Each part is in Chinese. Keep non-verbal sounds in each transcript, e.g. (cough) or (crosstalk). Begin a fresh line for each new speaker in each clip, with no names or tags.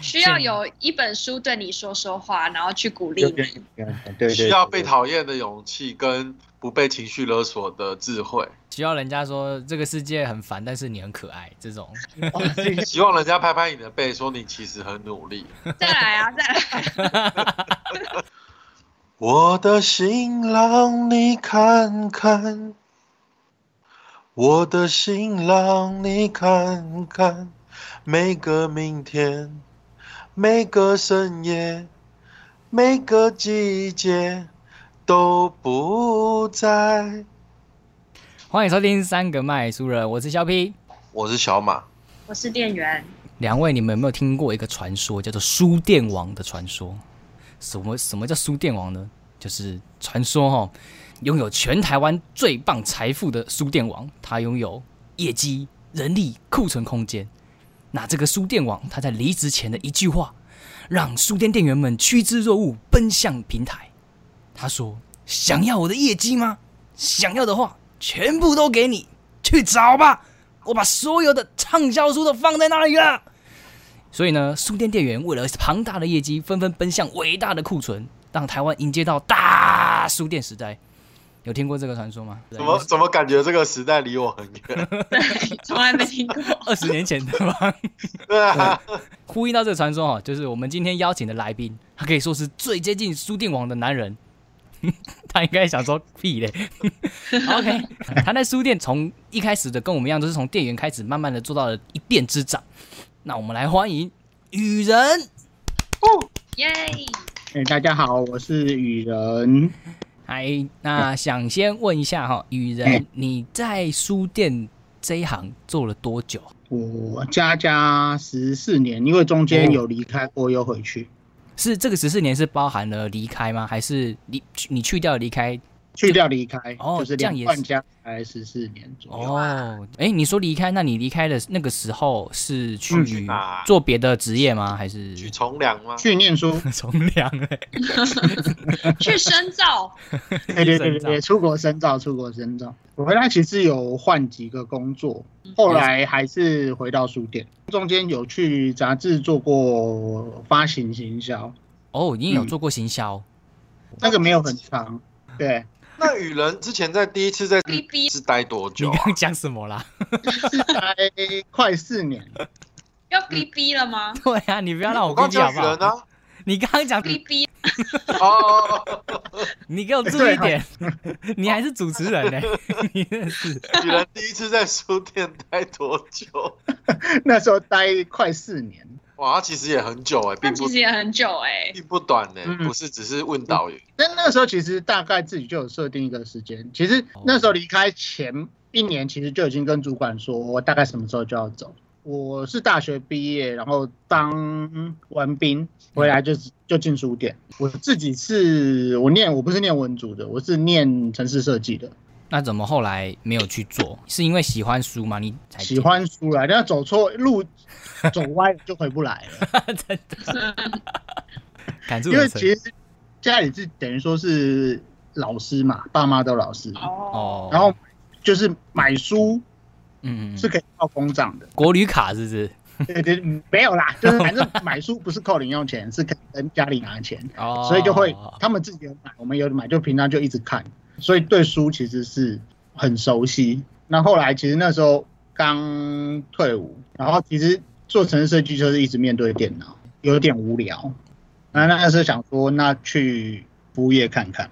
需要有一本书对你说说话，然后去鼓励你。
对对对，
需要被讨厌的勇气跟不被情绪勒索的智慧。
需要人家说这个世界很烦，但是你很可爱这种。
希望人家拍拍你的背，说你其实很努力。
再来啊，再 (laughs) 来！
我的新郎，你看看，我的新郎，你看看，每个明天，每个深夜，每个季节都不在。
欢迎收听三个麦书人，我是肖 P。
我是小马，
我是店员，
两位，你们有没有听过一个传说，叫做书店王的传说？什么什么叫书店王呢？就是传说哈、哦，拥有全台湾最棒财富的书店王，他拥有业绩、人力、库存空间。那这个书店王，他在离职前的一句话，让书店店员们趋之若鹜，奔向平台。他说：“想要我的业绩吗？想要的话，全部都给你，去找吧！我把所有的畅销书都放在那里了。”所以呢，书店店员为了庞大的业绩，纷纷奔向伟大的库存，让台湾迎接到大书店时代。有听过这个传说吗？
怎么怎么感觉这个时代离我很远？
从来没听过。
二十年前的吗？
对啊，
呼应到这个传说哦，就是我们今天邀请的来宾，他可以说是最接近书店王的男人。 (laughs) 他应该想说屁嘞 (laughs) ，OK，他在书店从一开始的跟我们一样，都是从店员开始，慢慢的做到了一店之长。那我们来欢迎雨人，
(laughs) 耶！
哎，大家好，我是雨人。
嗨，那想先问一下哈，雨人
哎，
你在书店这一行做了多久？
我加加十四年，因为中
哦
间有离开过又回去，
是这个十四年是包含了离开吗？还是你你去掉离开？
去掉离开，
哦
就是
这样
两
也是
换加来十四年左右。
哦，哎、你说离开，那你离开的那个时候是
嗯
去
去哪
做别的职业吗？还是
许从良吗？
去念
(laughs)
书，
从良、欸？
去深造，
对对对对
深造
对，出国深造，出国深造。我回来其实有换几个工作，后来还是回到书店，中间有去杂志做过发行行销，
哦，你也有做过行销，
那个没有很长，对， (laughs)
那雨人之前在第一次在
哔哔
是待多
你
久、
刚
啊？
刚讲什么啦？
是待快四年。
要哔哔了吗？
对啊，你不要让我
我刚
估计好
讲雨
不
人
好？
啊，
你刚刚讲，
哔哔，
哦，
你给我注意一点，你还是主持人呢、你真的是
雨人第一次在书店待多久？
那时候待快四年，
哇，他其实也很久哎、
那
并
其
不
实也很久哎、
并不短呢、
嗯
不是只是问导游。
但那个时候其实大概自己就有设定一个时间。其实那时候离开前一年，其实就已经跟主管说，我大概什么时候就要走。我是大学毕业，然后当完兵回来就就进书店。我自己是我念我不是念文组的，我是念城市设计的，
那怎么后来没有去做？是因为喜欢书吗？你才
喜欢书来，但走错路，走歪了就回不来了。
(laughs) 真的感触
因为
很
其
深
实家里是等于说是老师嘛，爸妈都老师，
哦，
哦。
然后就是买书
嗯，嗯嗯
是可以靠公
(laughs)
账的，
国旅卡是不是？
对对，嗯没有啦， (laughs) 就是反正买书不是扣零用钱，是可以跟家里拿钱，
哦，
所以就会他们自己有买，我们有买，就平常就一直看，所以对书其实是很熟悉。那后来其实那时候刚退伍，然后其实做城市设计就是一直面对电脑，有点无聊。那那时候想说，那去服务业看看，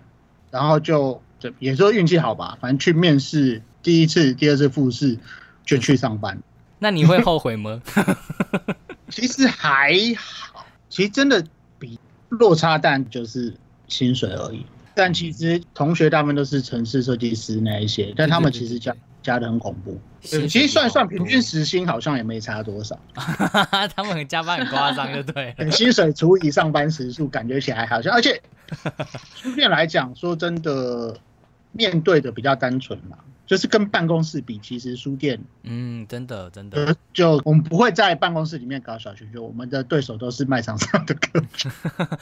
然后就就也说运气好吧，反正去面试第一次、第二次复试就去上班。
那你会后悔吗？
其实还好，其实真的比落差蛋就是薪水而已。但其实同学大部分都是城市设计师那一些，但他们其实加加的很恐怖。对，其实算一算平均时薪好像也没差多少，
(laughs) 他们很加班很夸张，就对
(laughs)
了。
等薪水除以上班时数，感觉起来好像，而且书店来讲，说真的，面对的比较单纯嘛，就是跟办公室比，其实书店
嗯，真的真
呃
的，
就我们不会在办公室里面搞小学就我们的对手都是卖场上的客人。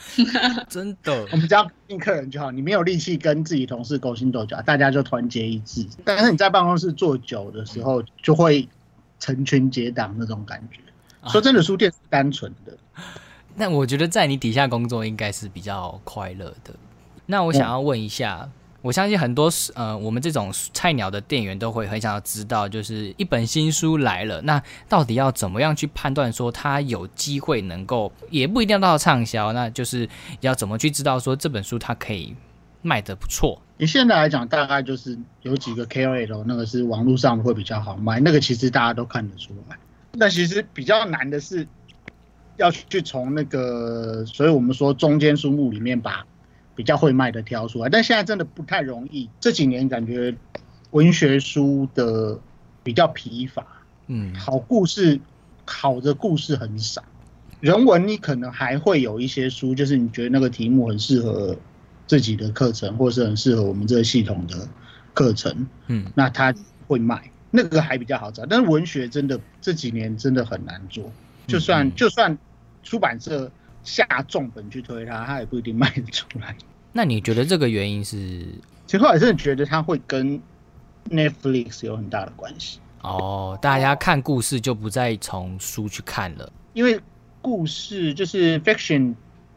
真的
我们只要跟客人就好，你没有力气跟自己同事勾心斗角，大家就团结一致。但是你在办公室坐久的时候，就会成群结党那种感觉。
啊
说真的，书店是单纯的，
那我觉得在你底下工作应该是比较快乐的。那我想要问一
嗯
下，我相信很多呃，我们这种菜鸟的店员都会很想要知道，就是一本新书来了，那到底要怎么样去判断说它有机会能够，也不一定要到畅销，那就是要怎么去知道说这本书它可以卖得不错。
以现在来讲，大概就是有几个 KOL，那个是网络上会比较好卖，那个其实大家都看得出来。那其实比较难的是要去从那个，所以我们说中间数目里面把比较会卖的挑出来，但现在真的不太容易。这几年感觉文学书的比较疲乏，
嗯
好故事、好的故事很少。人文你可能还会有一些书，就是你觉得那个题目很适合自己的课程，或是很适合我们这个系统的课程，
嗯，
那它会卖，那个还比较好找。但是文学真的这几年真的很难做，就算就算出版社下重本去推它，它也不一定卖得出来。
那你觉得这个原因是？
其实后来真的觉得它会跟 Netflix 有很大的关系。
哦，大家看故事就不再从书去看了。
因为故事就是 fiction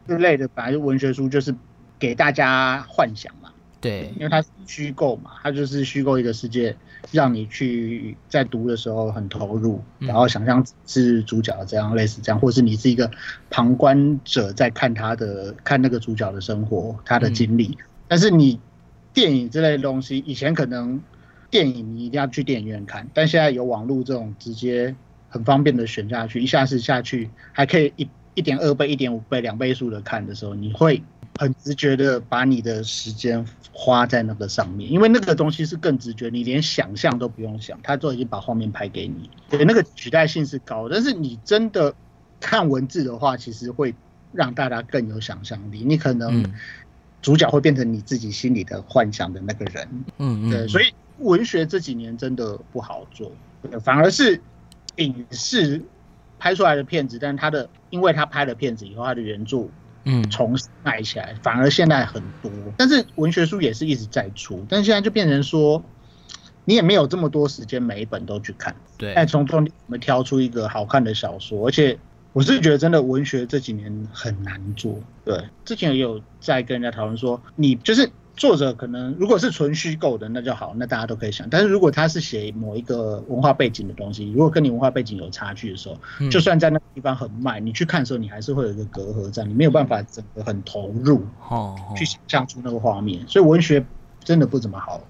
之类的，本来就文学书就是给大家幻想嘛，
对，
因为它是虚构嘛，它就是虚构一个世界，让你去在读的时候很投入，
嗯
然后想象是主角这样类似这样，或是你是一个旁观者在看他的看那个主角的生活，他的经历。但是你电影之类的东西，以前可能电影你一定要去电影院看，但现在有网络这种直接很方便的选下去，一下子下去还可以一一点二倍、一点五倍、两倍速的看的时候，你会很直觉的把你的时间花在那个上面，因为那个东西是更直觉，你连想象都不用想，它都已经把画面拍给你，对，那个取代性是高的，但是你真的看文字的话，其实会让大家更有想象力，你可能、
嗯
主角会变成你自己心里的幻想的那个人，
嗯
对，
嗯，
所
以
以文学这几年真的不好做，对反而是影视拍出来的片子，但他的因为他拍了片子以后，他的原著
嗯
重新卖起来，反而现在很多。但是文学书也是一直在出，但现在就变成说，你也没有这么多时间每一本都去看，
对，
但从中我们挑出一个好看的小说，而且我是觉得真的文学这几年很难做。对，之前也有在跟人家讨论说，你就是作者可能如果是纯虚构的，那就好，那大家都可以想。但是如果他是写某一个文化背景的东西，如果跟你文化背景有差距的时候，
嗯
就算在那个地方很卖，你去看的时候，你还是会有一个隔阂在，你没有办法整个很投入。
哦，哦
去想象出那个画面，所以文学真的不怎么好。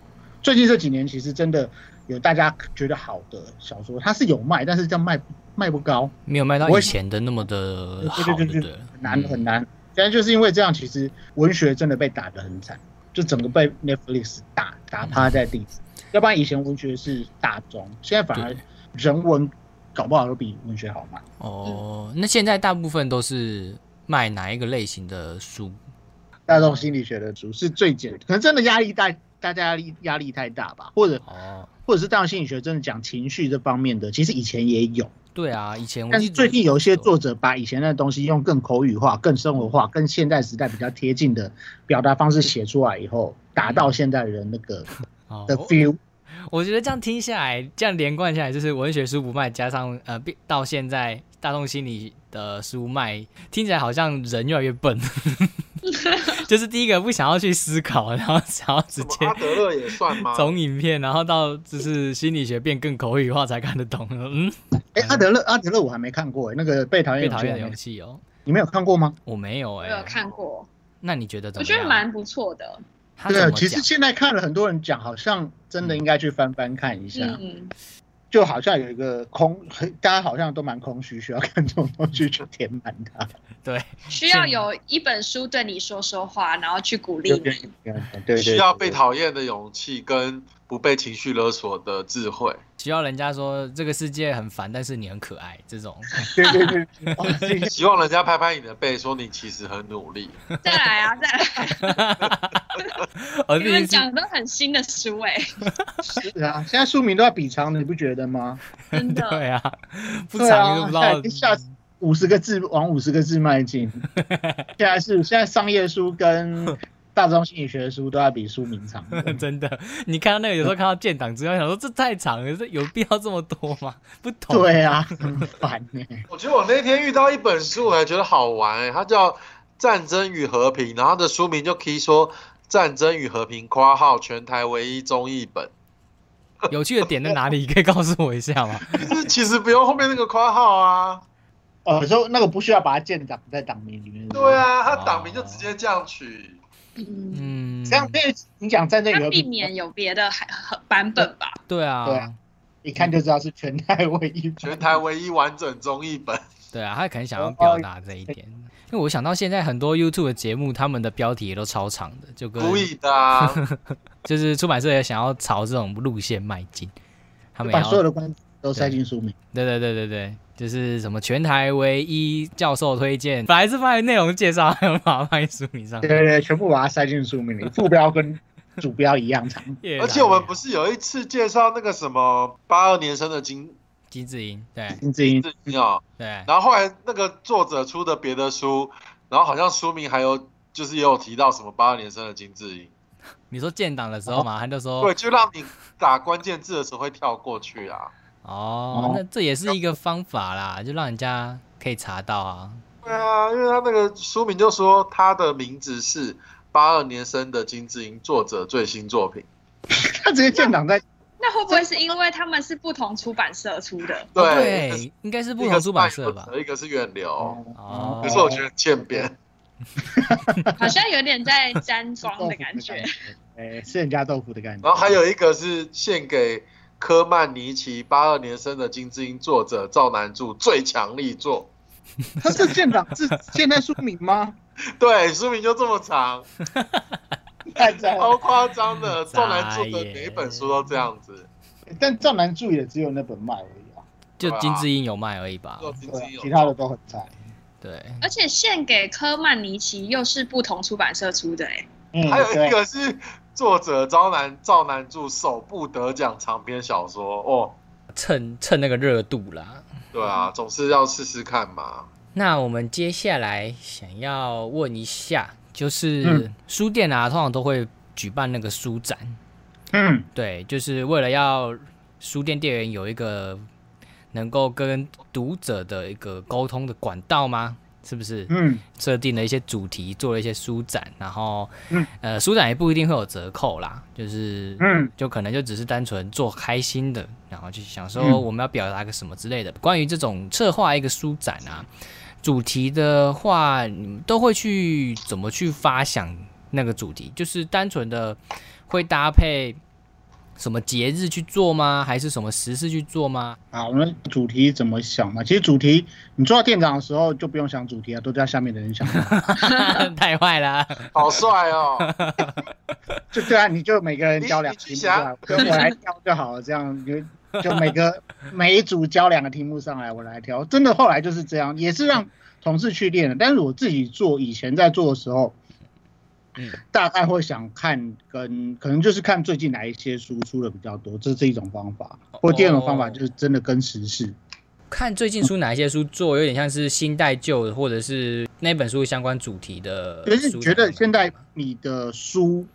最近这几年其实真的有大家觉得好的小说，它是有卖，但是这样卖卖不高，
没有卖到
我
以前的那么的好，
对对
就
对
对了嗯
很难很难。现在就是因为这样，其实文学真的被打得很惨，就整个被 Netflix 打打趴在地上。要不然以前文学是大众，现在反而
对
人文搞不好都比文学好卖。
哦。
嗯
那现在大部分都是卖哪一个类型的书？
大众心理学的书是最简，可能真的压力大，大家压力压力太大吧，或者
哦，
或者是大众心理学真的讲情绪这方面的，其实以前也有，
对啊，以前我
但是
记得
最近有一些作者把以前的东西用更口语化、更生活化、跟现代时代比较贴近的表达方式写出来以后，达到现代人那个
哦
的 feel。
我觉得这样听下来，这样连贯下来，就是文学书不卖，加上呃，变到现在大众心理的书卖，听起来好像人越来越笨。 (laughs) 就是第一个不想要去思考，然后想要直
什么
接
阿德勒也算吗？
(laughs) 从影片，然后到就是心理学变更口语化才看得懂。嗯，
哎、阿德勒，阿德勒我还没看过、诶那个被讨厌
被
勇
讨
气
厌的
我没
勇
看，
气哦，
你没有看过吗？
我没有
我
哎、
有看过，
那你觉得怎
我
么
觉
样？
得蛮不错的。
他
对
怎
啊，
么
其实
讲嗯
现在看了很多人讲，好像真的应该去翻翻看一下，
啊
嗯，
就好像有一个空，大家好像都蛮空虚，需要看这种东西去填满它。
对，
需要有一本书对你说说话，然后去鼓励
对
你。
对对对，
需要被
对
讨厌的勇气跟不被情绪勒索的智慧。
需要人家说这个世界很烦，但是你很可爱这种。
对对对，对哦这些
希望人家拍拍你的背，说你其实很努力。
再来啊，再
(laughs)
来！
我
你
第一
们
次
讲的都很新的书哎、
是啊，现在书名都要比长的，你不觉得吗？
真的。
对啊， (laughs) 不
对
长就不知道
啊，现在
嗯
已经。下
(laughs)
五十个字往五十个字迈进。现在是现在商业书跟大众心理学的书都要比书名长。
(laughs) 真的，你看到那个有时候看到建档资料，想说这太长了，这有必要这么多吗？不懂。
对啊，很烦欸呢、
我觉得我那天遇到一本书，我还觉得好玩、欸，它叫《战争与和平》，然后它的书名就可以说《战争与和平》（括号全台唯一中译本
有趣的点在哪里？可以告诉我一下吗？》。
就是其实不用后面那个括号啊，
哦，说那个不需要把它建档在档名里面。
对，啊，它党名就直接这样取。
嗯，
嗯，
这样那你讲战争与
它
和
避
平，
免有别的还 (laughs) 版本吧。
对啊，
对啊一看就知道是全台唯一版。
全台唯一完整中译 (laughs) 本，
对啊，他可能想要表达这一点。因为我想到现在很多 YouTube 的节目，他们的标题也都超长的，就跟
故意的、 (laughs) 啊。
就是出版社也想要朝这种路线迈进，他们也
把
要
所有的关都塞进书名。
对对对对对，就是什么全台唯一教授推荐，本来是放在内容介绍，还有把它放在书名上
对，对对，全部把它塞进书名里，副标跟主标一
(laughs)
样长。
越来
而且我们
越
不是有一次介绍那个什么八二年生的金
金智英，对
金智英
志英哦，
对
然后后来那个作者出的别的书，然后好像书名还有就是也有提到什么八二年生的金智英，
你说建档的时候嘛，他就说
哦对，就让你打关键字的时候会跳过去啊。
哦，那这也是一个方法啦，就让人家可以查到啊。
对啊，因为他那个书名就说他的名字是八二年生的金智英作者最新作品，
他直接建档在
那会不会是因为他们是不同出版社出
(laughs)
的？
哦对，一个是
哦对，应该是不同出版社吧
一个是爱作？者一个是远流，
哦
可是我觉得欠
哦
扁。
好像有点在沾妆的感觉。。
哎，吃人家豆腐的感觉。
然后还有一个是献给科曼尼奇八二年生的金智英作者赵南柱最强力作，
他是建档是现在书名 (laughs) 吗？
对，书名就这么
(laughs)
长，
太赞
超
了！
夸张
(laughs)
的。
傻
赵
眼
南柱的每一本书都这样子，
但赵南柱也只有那本卖而已啊，
就金智英有卖而已吧
做。金智
对
英
啊，其他
有
的都很差。
对，
而且献给科曼尼奇又是不同出版社出的、欸，
嗯，
还有一
对，
个是作者赵南 (laughs) 赵南柱首部得奖长篇小说哦，
趁趁那个热度啦。
对
(laughs)
啊，总是要试试看嘛。
那我们接下来想要问一下，就是
嗯
书店啊，通常都会举办那个书展，
嗯，
对，就是为了要书店店员有一个能够跟读者的一个沟通的管道吗？是不是？
嗯，
设定了一些主题，做了一些书展，然后，
嗯
呃，书展也不一定会有折扣啦，就是，
嗯，
就可能就只是单纯做开心的，然后就想说
嗯
我们要表达个什么之类的。关于这种策划一个书展啊，主题的话，你们都会去怎么去发想那个主题？就是单纯的会搭配什么节日去做吗？还是什么时事去做吗？ (laughs)
好，我们主题怎么想嘛？其实主题你做到店长的时候就不用想主题啊，都叫下面的人想。
太坏了，
好帅
(laughs)
哦！
就对啊，你就每个人
你
交两个
你
题
去
目上来，就我来挑就好了，这样你就就每个每一组交两个题目上来，我来挑。真的后来就是这样，也是让同事去练的。但是我自己做，以前在做的时候，
嗯
大概会想看跟可能就是看最近哪一些书出的比较多，这是一种方法。或第二种方法就是真的跟时事，
看最近书哪一些书做，有点像是新带旧的，或者是那本书相关主题的
可是
书展
你觉得现在
吗
你的书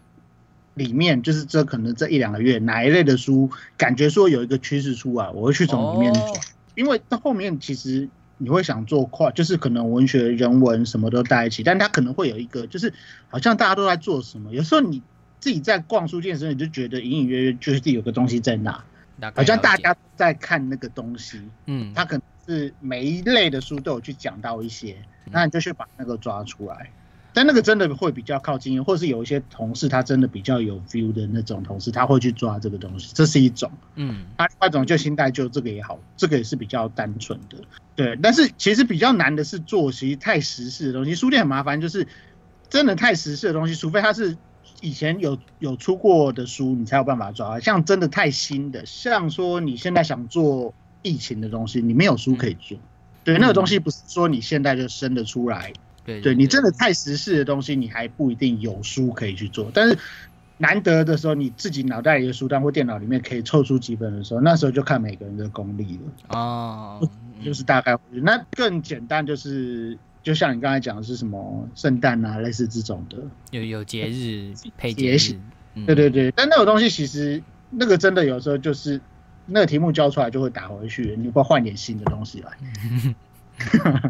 里面，就是这可能这一两个月哪一类的书，感觉说有一个趋势出来，我会去从里面
哦
找，因为到后面其实你会想做快，就是可能文学、人文什么都带一起，但它可能会有一个，就是好像大家都在做什么，有时候你。自己在逛书店的时候，你就觉得隐隐约约就是有个东西在那，
大概
好像
了
大
解
家都在看那个东西。
嗯
它可能是每一类的书都有去讲到一些，那你就去把那个抓出来。但那个真的会比较靠近，或是有一些同事他真的比较有 view 的那种同事，他会去抓这个东西，这是一种。
嗯
啊，另外一种就新代就这个也好，这个也是比较单纯的，对。但是其实比较难的是做，其实太时事的东西，书店很麻烦，就是真的太时事的东西，除非它是以前有有出过的书，你才有办法抓。像真的太新的，像说你现在想做疫情的东西，你没有书可以做。对，那个东西不是说你现在就生得出来，
对
对你真的太时事的东西，你还不一定有书可以去做。但是难得的时候，你自己脑袋里的书单或电脑里面可以凑出几本的时候，那时候就看每个人的功力了。
哦，
就是是大概会那更简单就是就像你刚才讲的是什么圣诞啊，类似这种的，
有有节日配节
节
日
日，
嗯
对对对，但那种东西其实那个真的有时候就是那个题目交出来就会打回去，你会换点新的东西来。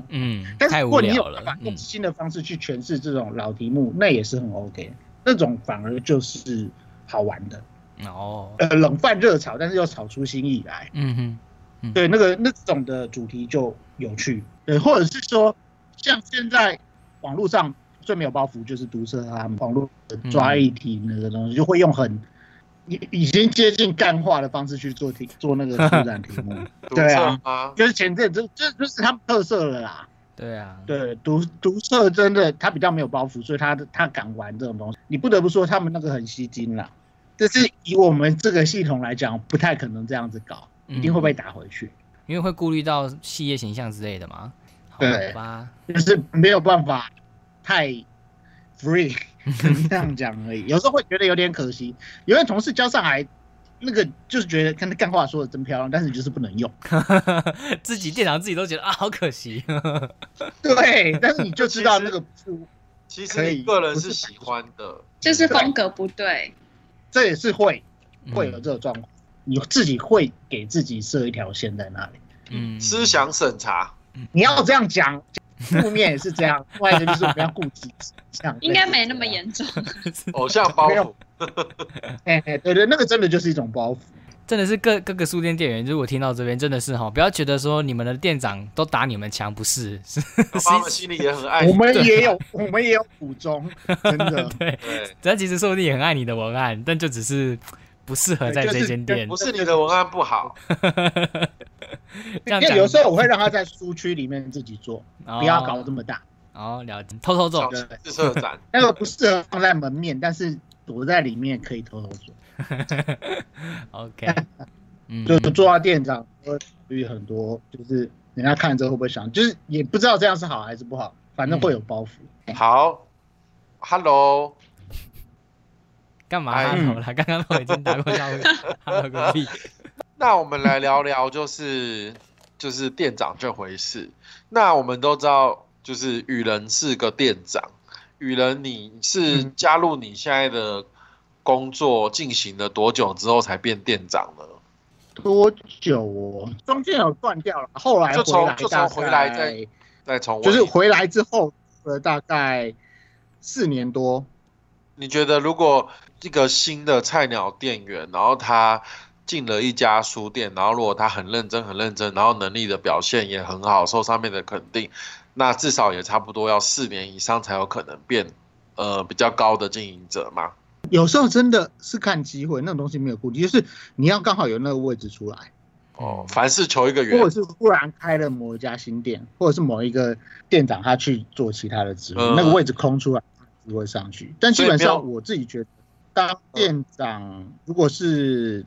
嗯，
但是
太
如
无
果你有
聊
办
了
法，用
嗯
新的方式去诠释这种老题目，那也是很 OK，那种反而就是好玩的，
哦，
呃，冷饭热炒，但是又炒出新意来。
嗯哼，
对，那个那种的主题就有趣，对，或者是说，像现在网络上最没有包袱就是毒舌啊，网络的
嗯
抓议题那个东西，就会用很已已经接近干化的方式去做题做那
(laughs)
个出展题目，
独
对
特
啊
吗？
就是前阵这这这是他们特色了啦。
对啊，
对，毒毒色真的他比较没有包袱，所以他的他敢玩这种东西，你不得不说他们那个很吸睛啦。但是以我们这个系统来讲，不太可能这样子搞，一定会被打回去。
嗯因为会顾虑到企业形象之类的嘛。好
对
吧，
就是没有办法太 free，只能这样讲而已。有时候会觉得有点可惜，有些同事交上来，那个就是觉得看他干话说的真漂亮，但是你就是不能用。
(laughs) 自己店长自己都觉得啊，好可惜。
对，但是你就知道那个不是，
其
可
实
以
你个人
不
是
是
喜欢的，
就是风格不对，
这也是会会有
嗯
这个状况，你自己会给自己设一条线在那里。
嗯 (laughs)
思想审查。
你要这样讲，负面也是这
(laughs)
样，另外一个就是不要顾及这样。
应该没那么。严重。
偶像包
(laughs) 没
袱
有，哎、对对，那个真的就是一种包袱。
真的是各各个书店店员，如果听到这边，真的是哈，不要觉得说你们的店长都打你们墙，不是是 (laughs)
搞不好他们心里也很爱
我
你。
们也有，我们也有苦
(laughs)
衷，真的。
对，
哎对，
但其实说不定也很爱你的文案，但就只是不适合在这间店。
不是你的文案不
(laughs)
好，
这样
因为
讲
有时候我会让他在书区里面自己做，
哦
不要搞这么大。
哦，了解，偷偷
小
做，
对
自策展。
那个不适合放在门面，但是躲在里面可以偷偷做，
(laughs) OK，嗯，
就做到店长会考虑很多，就是人家看了之后会不会想，就是也不知道这样是好还是不好，反正会有包袱。
嗯好，Hello，
干嘛
哎
哈
嗯
喽啦？刚刚我已经打过招呼，哈喽个
(laughs)
屁！
那我们来聊聊，就是 (laughs) 就是店长这回事。那我们都知道，就是雨人是个店长，雨人你是
嗯
加入你现在的工作进行了多久之后才变店长呢？
多久哦？中间有断掉了，后来
就从
回来
就从
大概
回来再再从
就是回来之后，呃，大概四年多，
你觉得如果一个新的菜鸟店员，然后他进了一家书店，然后如果他很认真、很认真，然后能力的表现也很好，受上面的肯定，那至少也差不多要四年以上才有可能变呃比较高的经营者嘛。
有时候真的是看机会，那种东西没有顾忌，就是你要刚好有那个位置出来。
哦，
嗯
凡事求一个
或者
圆。
是忽然开了某一家新店，或者是某一个店长他去做其他的职务，
嗯
那个位置空出来就会上去。但基本
所以
上
不要
我自己觉得，当店长如果是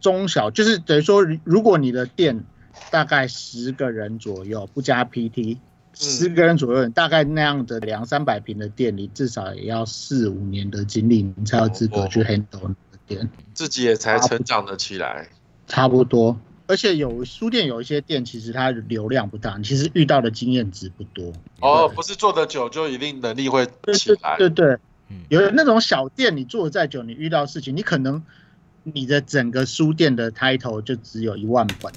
中小，就是等于说，如果你的店大概十个人左右，不加
嗯
PT。十个人左右，大概那样的两三百平的店里，至少也要四五年的经历，你才有资格去
哦
handle 那个店。
自己也才成长了起来。
差不多。而且有书店有一些店，其实它流量不大，你其实遇到的经验值不多。
哦，不是做得久就一定能力会
对
起来。
啊对对
嗯，
有那种小店，你做的再久，你遇到事情，你可能你的整个书店的 title 就只有一万本，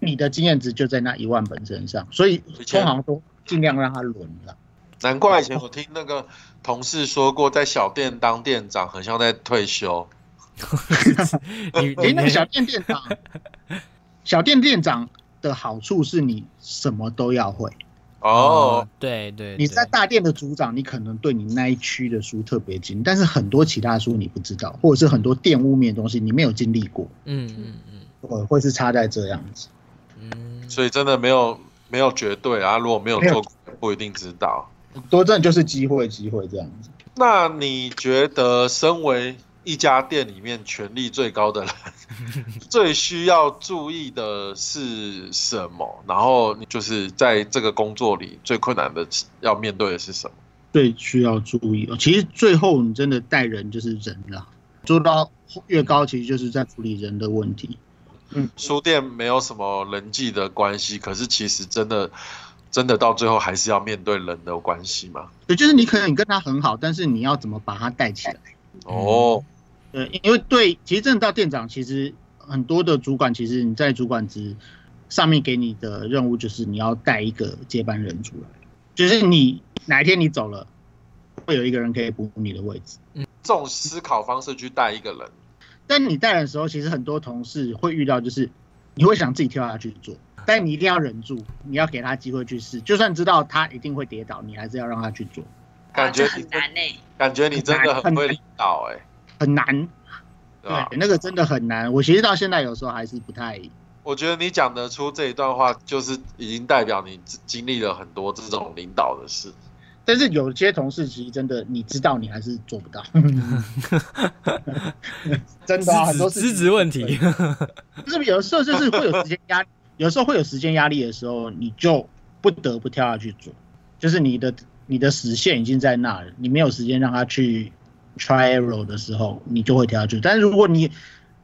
你的经验值就在那一万本身上，所以
以前
通常都尽量让它轮了。
难怪以前我听那个同事说过，在小店当店长很像在退休。
你
哎
诶，
你
那个小店店长，
(laughs)
小店店长的好处是你什么都要会。啊
哦，，
对对，对
你在大店的组长，你可能对你那一区的书特别精，但是很多其他书你不知道，或者是很多店屋面的东西你没有经历过，
嗯嗯嗯
呃，会是差在这样子。
嗯，
所以真的没有没有绝对啊，如果没有做过，不一定知道。
多真的就是机会，机会这样子。
那你觉得，身为一家店里面权力最高的人，最需要注意的是什么？然后你就是在这个工作里最困难的要面对的是什么？
最需要注意哦，其实最后你真的带人就是人啦，做到越高，其实就是在处理人的问题。
书店没有什么人际的关系，可是其实真的真的到最后还是要面对人的关系嘛。
对，就是你可能你跟他很好，但是你要怎么把他带起来？
哦，
对，呃因为对，其实真的到店长，其实很多的主管，其实你在主管职上面给你的任务就是你要带一个接班人出来，就是你哪一天你走了，会有一个人可以补你的位置。
这种思考方式去带一个人，
但你带人的时候，其实很多同事会遇到，就是你会想自己跳下去做，但你一定要忍住，你要给他机会去试，就算知道他一定会跌倒，你还是要让他去做，
(laughs)
感觉
啊、这很难呢、
感觉你真的很会领导哎、
很难。
对啊吧
对，？那个真的很难。我其实到现在有时候还是不太
我觉得你讲得出这一段话，就是已经代表你经历了很多这种领导的事。
但是有些同事其实真的，你知道你还是
(laughs)
做不到，真的、啊、很多
资
事
质
情
资质问题，
就是有的时候就是会有时间压力， (laughs) 有时候会有时间压力的时候，你就不得不跳下去做，就是你的你的死线已经在那了，你没有时间让他去 try error 的时候，你就会跳下去。但是如果你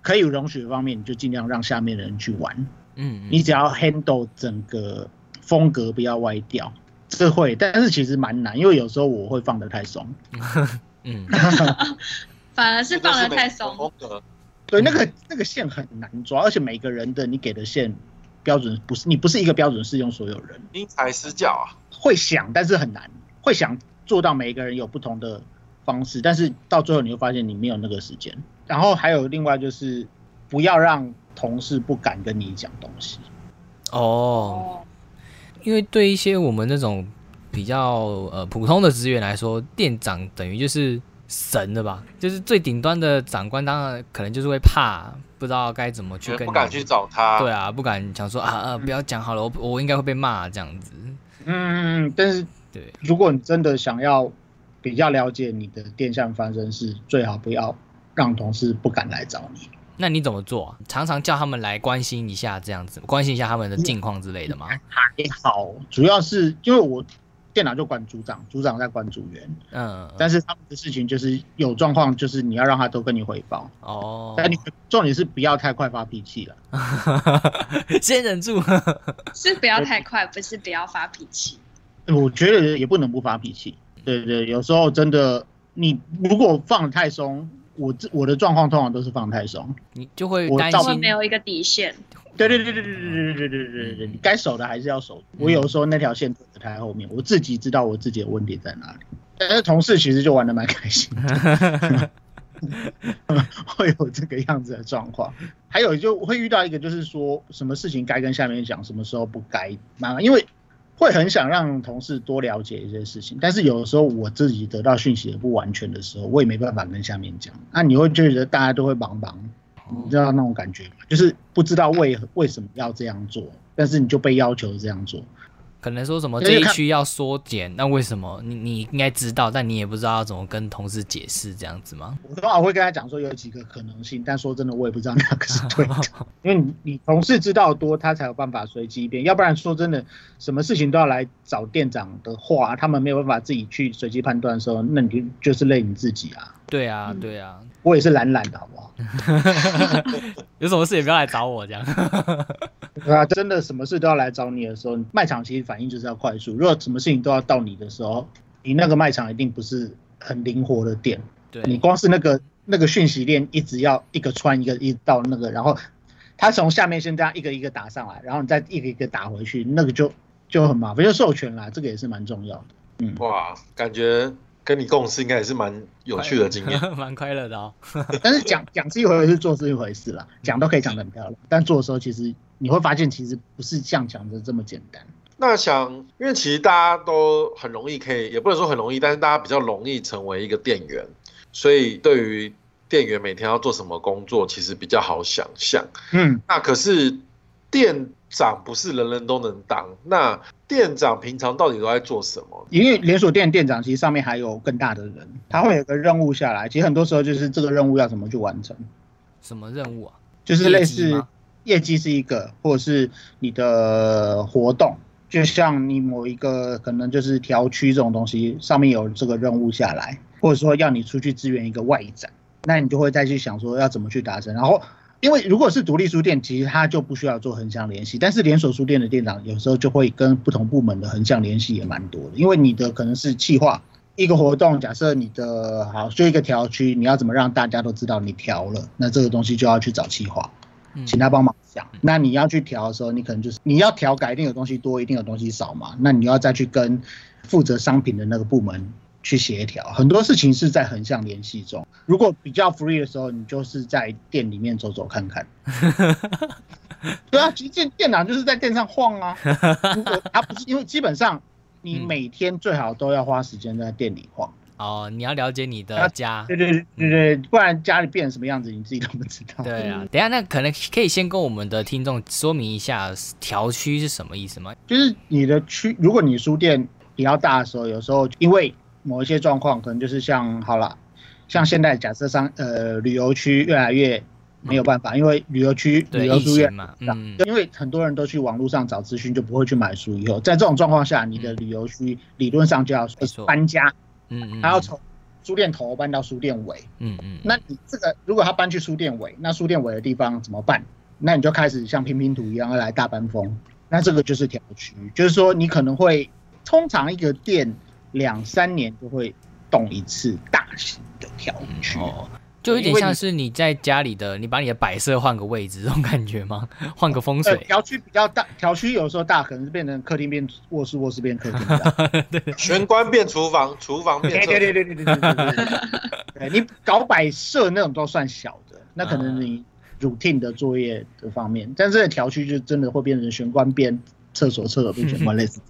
可以容许的方面，你就尽量让下面的人去玩，
(laughs) 嗯，
你只要 handle 整个风格不要歪掉，这会，但是其实蛮难，因为有时候我会放得太松。
嗯，
反而是放
这
的
就是
太
美
松
国，风格，
对，
嗯
那个那个线很难抓，而且每个人的你给的线标准不是你不是一个标准适用所有人，
因材施教啊。
会想但是很难，会想做到每一个人有不同的方式，但是到最后你会发现你没有那个时间。然后还有另外就是不要让同事不敢跟你讲东西，
哦，
哦，
因为对一些我们那种比较呃普通的职员来说，店长等于就是神了吧，就是最顶端的长官，当然可能就是会怕，不知道该怎么去
觉
跟
得
你，
嗯不敢去找他。
对啊，不敢想说啊啊，不要讲好了，我我应该会被骂这样子，
嗯，但是
对，
如果你真的想要比较了解你的电项翻身是最好不要让同事不敢来找你。
那你怎么做、啊？常常叫他们来关心一下，这样子关心一下他们的近况之类的吗？
还好，主要是因为我电脑就管组长，组长在管组员，
嗯，
但是他们的事情就是有状况，就是你要让他都跟你汇报，
哦，
但你重点是不要太快发脾气了。
(laughs) 先忍住， (laughs)
是不要太快，不是不要发脾气。
我觉得也不能不发脾气，对对，有时候真的你如果放得太松，我这我的状况通常都是放太松。
你就会
我
担
照
我们
心
没，有一个底线，
对对对对对对对对对对对，你该守的还是要守。我有时候那条线拖得太后面，我自己知道我自己的问题在哪里。但是同事其实就玩的蛮开心的，会有这个样子的状况。还有就会遇到一个就是说什么事情该跟下面讲，什么时候不该，麻烦，因为会很想让同事多了解一些事情，但是有的时候我自己得到讯息也不完全的时候，我也没办法跟下面讲。那你会觉得大家都会忙忙，你知道那种感觉吗？就是不知道为为什么要这样做，但是你就被要求这样做。
可能说什么
因为
这一
看
区要缩减，那为什么你你应该知道，但你也不知道要怎么跟同事解释这样子吗？
我通常会跟他讲说有几个可能性，但说真的，我也不知道哪个是对的，因为你你同事知道多，他才有办法随机变，要不然说真的，什么事情都要来找店长的话，他们没有办法自己去随机判断的时候，那你就就是累你自己啊。
对啊，
嗯
对啊，
我也是懒懒的好不好？
有什么事也不要来找我这样。
(laughs) 对啊，真的什么事都要来找你的时候，卖场其实反应就是要快速。如果什么事情都要到你的时候，你那个卖场一定不是很灵活的店，
对，
你光是那个那个讯息链一直要一个穿一个一直到那个，然后他从下面先这样一个一个打上来，然后你再一个一个打回去，那个就就很麻烦，就授权啦，这个也是蛮重要的。
哇，感觉跟你共事应该也是蛮有趣的经验。
(laughs) 蛮快乐的哦。
但是讲讲是一回事，做是一回事啦，讲都可以讲得很漂亮，但做的时候其实你会发现，其实不是像讲的这么简单。
那想，因为其实大家都很容易可以，也不能说很容易，但是大家比较容易成为一个店员，所以对于店员每天要做什么工作，其实比较好想象。
嗯，
那可是店长不是人人都能当，那店长平常到底都在做什么？
因为连锁店店长其实上面还有更大的人，他会有个任务下来，其实很多时候就是这个任务要怎么去完成，
什么任务啊？
就是类
业绩
似
吗
业绩是一个，或者是你的活动，就像你某一个可能就是调区这种东西，上面有这个任务下来，或者说要你出去支援一个外展，那你就会再去想说要怎么去达成，然后因为如果是独立书店，其实它就不需要做横向联系，但是连锁书店的店长有时候就会跟不同部门的横向联系也蛮多的，因为你的可能是企划一个活动，假设你的好就一个调区，你要怎么让大家都知道你调了，那这个东西就要去找企划，
嗯
请他帮忙想。那你要去调的时候，你可能就是你要调改，一定有东西多，一定有东西少嘛，那你要再去跟负责商品的那个部门去协调，很多事情是在横向联系中。如果比较 free 的时候，你就是在店里面走走
(laughs)
看看。对啊，其实店店长就是在店上晃
(laughs)
啊。如果他不是因为基本上你
嗯
每天最好都要花时间在店里晃。
哦，你要了解你的
啊
家。
对对对对，不然家里变成什么样子你自己都不知道。
对啊，等一下那可能可以先跟我们的听众说明一下调区是什么意思吗？
就是你的区，如果你书店比较大的时候，有时候因为某一些状况，可能就是像好了，像现在假设商呃旅游区越来越没有办法，因为旅游区旅
嗯对，
游
疫
书越
情嘛，
大
嗯，
因为很多人都去网络上找资讯，就不会去买书。以后在这种状况下，你的旅游区理论上就要
没错
搬家，
嗯嗯，
他要从书店头搬到书店尾。
嗯嗯，
那你这个如果他搬去书店尾，那书店尾的地方怎么办？那你就开始像拼拼图一样要来大搬风，那这个就是调区，就是说你可能会通常一个店两三年就会动一次大型的调区。
哦，就有点像是你在家里的，你把你的摆设换个位置，这种感觉吗？换个风
呃，
水，
调区比较大，调区有时候大，可能是变成客厅变卧室，卧室变客厅这样。
玄关变厨房，厨房变厕
对对
所。
对对对对对对对对，对你搞摆设那种都算小的，那可能你 routine 的作业这方面，但这个调区就真的会变成玄关变厕所，厕所变玄关类似，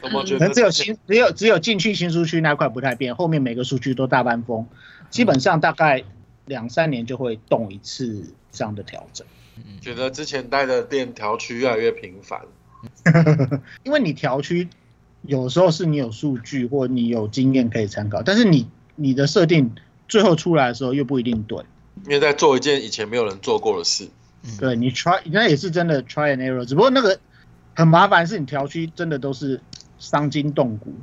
怎么觉
可能
得
只有新只有只有进去新书区那块不太变，后面每个书区都大半风，基本上大概两三年就会动一次这样的调整。
嗯
觉得之前待的店调区越来越频繁？
因为你调区有时候是你有数据或你有经验可以参考，但是你你的设定最后出来的时候又不一定对。
因为在做一件以前没有人做过的事。
嗯
对你 try 那也是真的 try and error，只不过那个很麻烦，是你调区真的都是伤筋动骨。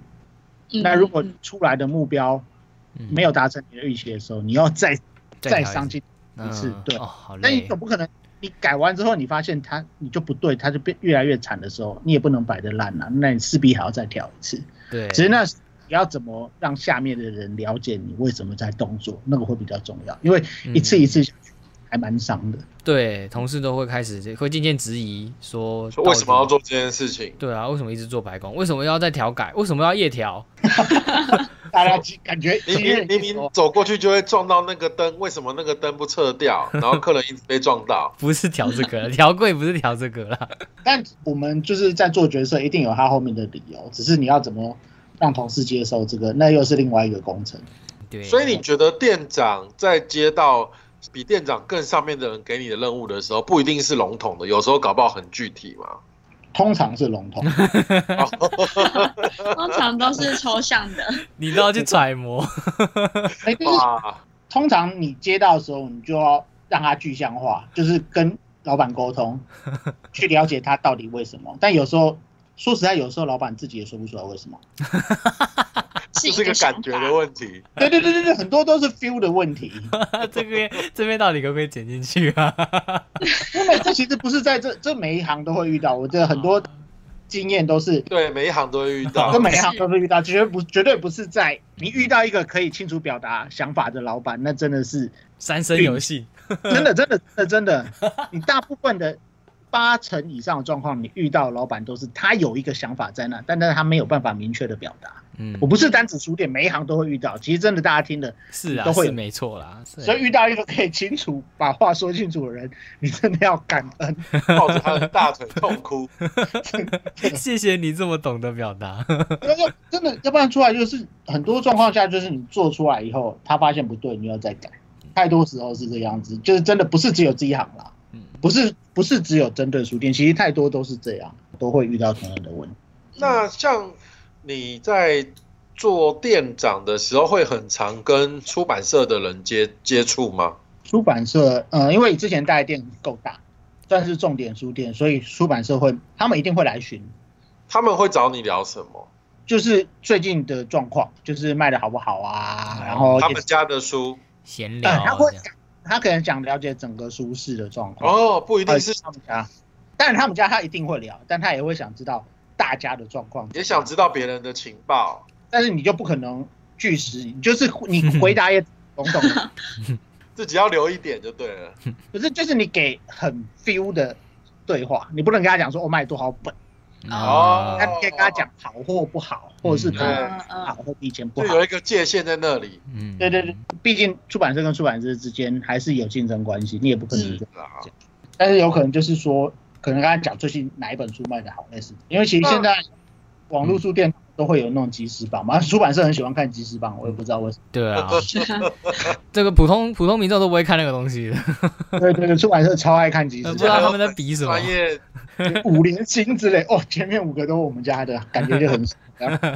嗯
那如果出来的目标没
有
有达成你的预期的时候，你要再再伤筋，一次对
哦，好
那你
累
总，不可能你改完之后你发现它你就不对，它就变越来越惨的时候，你也不能摆得烂啊，那你势必还要再调一次。
对，
只是那时你要怎么让下面的人了解你为什么在动作，那个会比较重要，因为一次一次下去还蛮伤的。
对同事都会开始会渐渐质疑说，
说为什么要？做这件事情？
对啊，为什么一直做白工？为什么要再调改？为什么要夜调？，
大家其感觉
明明明明走过去就会撞到那个灯，为什么那个灯不撤掉？然后客人一直被撞到
不是调这个了，调柜不是调这个了。
但我们就是在做角色，一定有他后面的理由，只是你要怎么让同事接受这个，那又是另外一个工程。
(laughs) 对，
所以你觉得店长在接到比店长更上面的人给你的任务的时候，不一定是笼统的，有时候搞不好很具体嘛。
通常是笼统，
哦
嗯通常都是抽象
(laughs)
的，
你都要去揣摩， (laughs)
哎但是
哇，
通常你接到的时候，你就要让它具象化，就是跟老板沟通，去了解他到底为什么。但有时候说实在，有时候老板自己也说不出来为什么。
是
这
一
是个
想
感觉
法
的问题。
对对对对对，很多都是 feel 的问题，
这边这边到底可不可以剪进去啊？
因为这其实不是在这这每一行都会遇到，我的很多经验都是
对，每一行都会遇到
跟。每一行 (laughs) 都是遇到，绝对不绝对不是在你遇到一个可以清楚表达想法的老板，那真的是
三生有幸，
真的真的真的真的，你大部分的八成以上的状况，你遇到的老板都是他有一个想法在那，但是他没有办法明确的表达。
嗯
我不是单指书店，每一行都会遇到，其实真的大家听的，
是啊，
都会
是没错啦。是啊
所以遇到一个可以清楚把话说清楚的人，你真的要感恩。
抱着他的大腿痛哭，
(laughs) 谢谢你这么懂得表达。
要要真的，要不然出来就是很多状况下，就是你做出来以后，他发现不对，你又再改。太多时候是这样子，就是真的不是只有这一行啦，
嗯
不是不是只有针对书店，其实太多都是这样，都会遇到同样的问题。
那像你在做店长的时候，会很常跟出版社的人接接触吗？
出版社，呃，因为之前带的店够大，算是重点书店，所以出版社会他们一定会来巡，
他们会找你聊什么？
就是最近的
哦
状况，就是卖的好不好啊，然后
他们家的书，
闲聊啊
呃，他会
这样，
他可能想了解整个书市的状况，
哦，不一定是
呃他们家，但他们家他一定会聊，但他也会想知道大家的状况，
也想知道别人的情报，
但是你就不可能据实，你就是你回答也懂懂的，
自己要留一点就对 (laughs) 了。
不是就是你给很 feel 的对话，你不能跟他讲说我卖多少本，
啊
哦
但你可以跟他讲好或不好，或者是可能
嗯
好
嗯，
或比以前不
就
好。
有一个界限在那里。
嗯
对对对，毕竟出版社跟出版社之间还是有竞争关系，你也不可能这样。
啊，
但是有可能就是说，可能刚才讲最近哪一本书卖的好，类似，因为其实现
嗯
在网络书店都会有那种即时榜嘛， (laughs) 出版社很喜欢看即时榜，我也不知道为什
对
(laughs)
啊，
嗯 (laughs)
这个普通普通民众都不会看那个东西的， (laughs)
么。对对对，出版社超爱看即
呃不
时
知道啊
榜，
他们在比什么
专。业
五连星之类，哦，前面五个都是我们家的，感觉就很爽。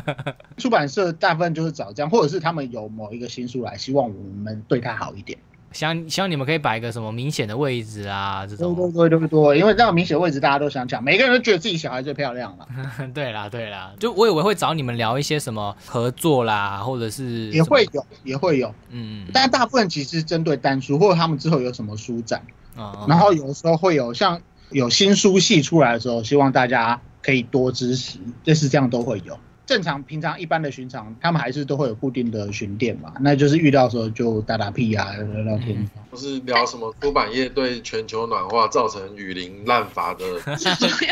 (laughs)
出版社大部分就是找这样，或者是他们有某一个新书来，希望我们对它好一点。
想希望你们可以摆一个什么明显的位置啊，这
对对
种。
对对对，因为那个明显位置大家都想抢，每个人都觉得自己小孩最漂亮了，
(laughs) 对啦，对啦，就我以为会找你们聊一些什么合作啦，或者是
也会
什么，
有也会有，
嗯，嗯
但大部分其实针对单书，或者他们之后有什么书展，
嗯
然后有时候会有像有新书系出来的时候，希望大家可以多支持，类似这样都会有。正常平常一般的巡场，他们还是都会有固定的巡店嘛，那就是遇到的时候就打打屁啊，聊聊天
嗯。
不是聊什么出版业对全球暖化造成雨林滥伐的，
(laughs)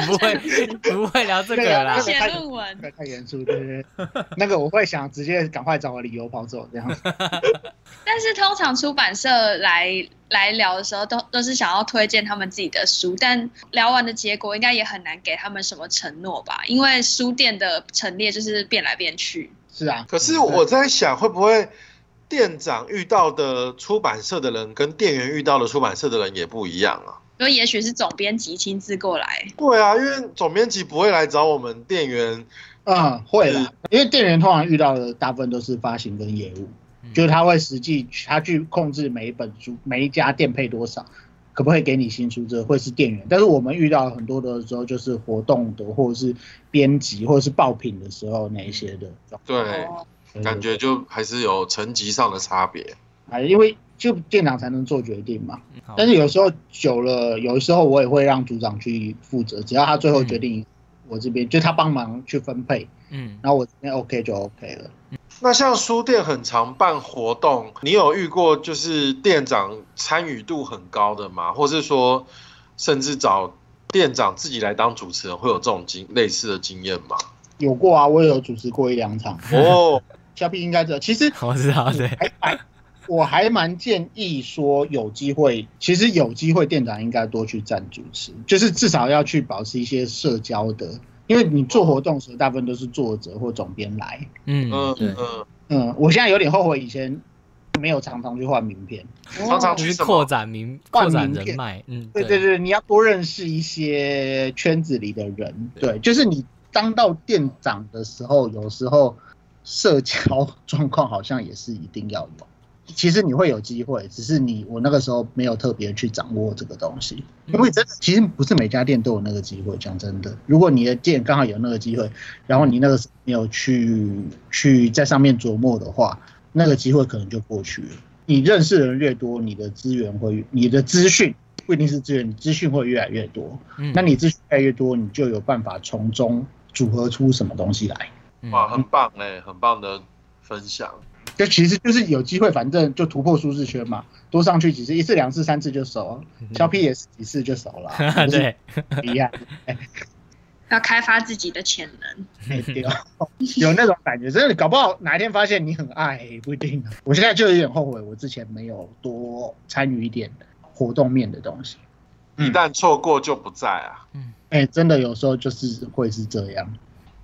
不会不会聊这个啦
啊
对，
写论文，
太太严肃，对对对， (laughs) 那个我会想直接赶快找个理由跑走这样。
但是通常出版社来来聊的时候，都都是想要推荐他们自己的书，但聊完的结果应该也很难给他们什么承诺吧，因为书店的陈列就是变来变去。
是啊，
可是我在想会不会店长遇到的出版社的人跟店员遇到的出版社的人也不一样啊？
所以也许是总编辑亲自过来，
对啊，因为总编辑不会来找我们店员，
嗯，会啦，因为店员通常遇到的大部分都是发行跟业务，
嗯
就是他会实际他去控制每一本书、每一家店配多少，可不可以给你新书，这会是店员。但是我们遇到很多的时候，就是活动的或者是编辑或者是爆品的时候那一些的状
对，
哦
况
感觉就还是有层级上的差别。
啊，因为就店长才能做决定嘛。
好
但是有时候久了，有时候我也会让组长去负责，只要他最后决定，我这边就他帮忙去分配，
嗯，
然后我这边 OK 就 OK 了。
那像书店很常办活动，你有遇过就是店长参与度很高的吗？或是说，甚至找店长自己来当主持人，会有这种经类似的经验吗？
有过啊，我也有主持过一两场。
哦，
小 P 应该知道，其实
我知啊道，对，
还蛮，我还蛮建议说有机会，其实有机会店长应该多去站主持，就是至少要去保持一些社交的，因为你做活动的时候，大部分都是作者或总编来。
嗯，
嗯
对，
嗯，
嗯，我现在有点后悔以前没有常常去换名片。
常常
就
去
是
什
扩
么？
展名
换
扩展
名
人
片
脉，嗯，
对对对，你要多认识一些圈子里的人。对，就是你当到店长的时候，有时候社交状况好像也是一定要有。其实你会有机会，只是你我那个时候没有特别去掌握这个东西，
嗯
因为真的其实不是每家店都有那个机会。讲真的，如果你的店刚好有那个机会，然后你那个时候没有去去在上面琢磨的话，那个机会可能就过去了。你认识的人越多，你的资源会，你的资讯不一定是资源，你资讯会越来越多。
嗯
那你资讯越来越多，你就有办法从中组合出什么东西来。
嗯
哇，很棒哎、很棒的分享。
就其实就是有机会，反正就突破舒适圈嘛，多上去几次，一次、两次、三次就熟了。小 P 也是几次就熟了啊，不是
嗯 (laughs) 对，
一样。
要开发自己的潜能。
哎对哦 (laughs) 有那种感觉，真的搞不好哪一天发现你很爱，也不一定啊。我现在就有点后悔，我之前没有多参与一点活动面的东西。
一旦错过就不在啊。
(laughs) 哎、真的有时候就是会是这样。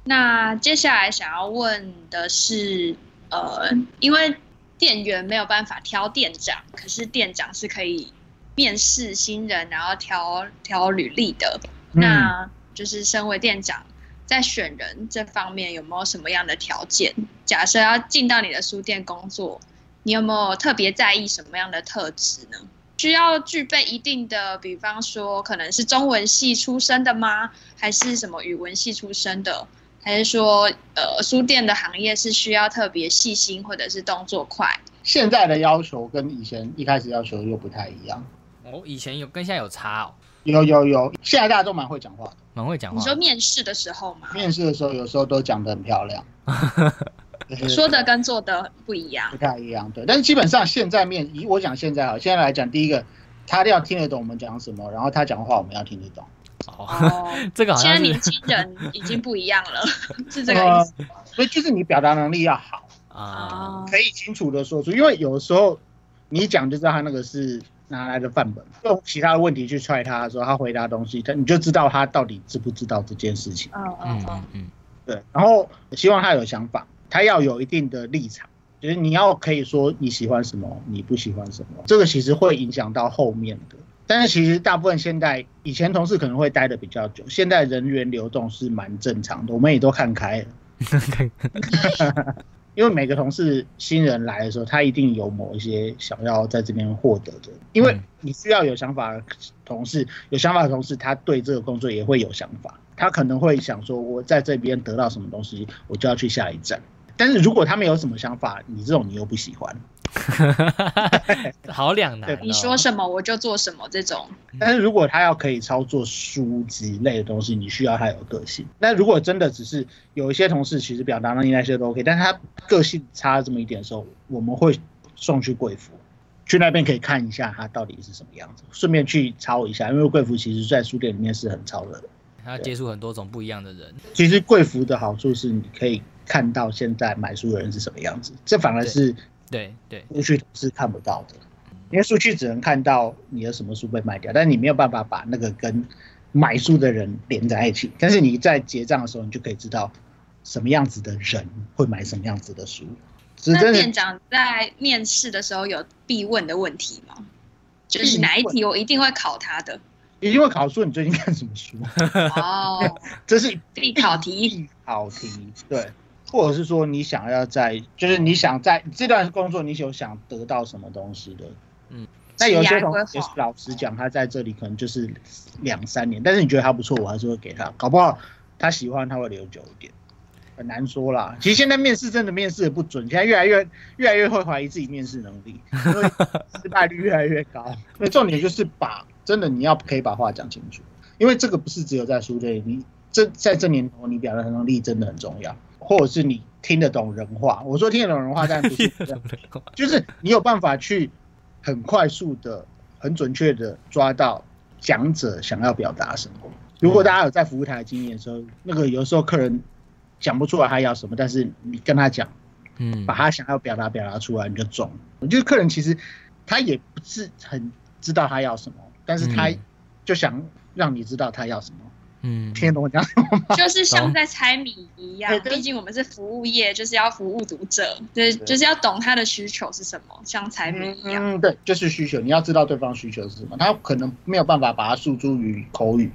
那接下来想要问的是，呃，因为店员没有办法挑店长，可是店长是可以面试新人，然后挑挑履历的。
嗯
那就是身为店长，在选人这方面有没有什么样的条件？假设要进到你的书店工作，你有没有特别在意什么样的特质呢？需要具备一定的，比方说可能是中文系出身的吗？还是什么语文系出身的？还是说，呃，书店的行业是需要特别细心或者是动作快？
现在的要求跟以前一开始要求又不太一样。
我、哦以前有跟现在有差哦，
有有有，现在大家都蛮会讲话的。
蛮会讲
你
话
说。面试的时候嘛，
面试的时候，有时候都讲得很漂 (laughs) 亮，就是
说的跟做的不一样
不。太一样，对。但是基本上现在面，以我讲现在啊，现在来讲，第一个他要听得懂我们讲什么，然后他讲话我们要听得懂。
哦， (laughs)
哦，
这个好
现
像
在
是
年轻人已经不一样
(laughs)
了，是这个意思
呃所以就是你表达能力要好，
啊
哦，
可以清楚的说出，因为有时候你一讲就知道他那个是拿来的范本，用其他的问题去踹他的时候，他回答东西，他你就知道他到底知不知道这件事情。
嗯嗯
嗯
嗯
嗯嗯，
对，然后呃希望他有想法，他要有一定的立场，就是你要可以说你喜欢什么，你不喜欢什么，这个其实会影响到后面的。但是其实大部分现在以前同事可能会待的比较久，现在人员流动是蛮正常的，我们也都看开了。
嗯 (laughs)
因为每个同事新人来的时候，他一定有某一些想要在这边获得的，因为
嗯
你需要有想法的同事，有想法的同事，他对这个工作也会有想法，他可能会想说，我在这边得到什么东西，我就要去下一站。但是如果他没有什么想法，你这种你又不喜欢。
(laughs) 好两难、哦。
你说什么我就做什么这种，
但是如果他要可以操作书籍类的东西，你需要他有个性。那如果真的只是有一些同事其实表达能力那些都 OK，但是他个性差这么一点的时候，我们会送去贵服，去那边可以看一下他到底是什么样子，顺便去抄一下，因为贵服其实在书店里面是很抄的。
他要接触很多种不一样的人，
其实贵服的好处是你可以看到现在买书的人是什么样子，这反而是
对
(laughs)
对，
数据是看不到的，因为数据只能看到你的什么书被卖掉，但你没有办法把那个跟买书的人连在一起。但是你在结账的时候，你就可以知道什么样子的人会买什么样子的书。只是
那
真
店
的
长在面试的时候有必问的问题吗？就是哪一题我一定会考他
(laughs)
的
一定会考出你最近看什么书，
哦，
这是
必考题。
考题，对，或者是说你想要在，就是你想在这段工作，你有想得到什么东西的，
嗯，
那有些
职涯
同
规划
学老实讲，他在这里可能就是两三年，但是你觉得他不错，我还是会给他，搞不好他喜欢他会留久一点，很难说啦。其实现在面试真的面试的不准，现在越来越越来越会怀疑自己面试能力，因为失败率越来越高。所以重点就是把真的你要可以把话讲清楚。因为这个不是只有在书店，你这在这年头，你表达能力真的很重要，或者是你听得懂人话。我说听得懂人话，但不是
(laughs)
这样，就是你有办法去很快速的、很准确的抓到讲者想要表达什么。如果大家有在服务台的经验的时候，那个有时候客人讲不出来他要什么，但是你跟他讲，
嗯，
把他想要表达表达出来，你就中了。我觉得客人其实他也不是很知道他要什么，但是他
嗯
就想让你知道他要什么。
嗯，
听得懂我讲什么吗？
就是像
懂
在猜谜一样
对，对
毕竟我们是服务业，就是要服务读者，对，
对
就是要懂他的需求是什么，像猜谜一样。
嗯，对，就是需求，你要知道对方需求是什么。他可能没有办法把它诉诸于口语，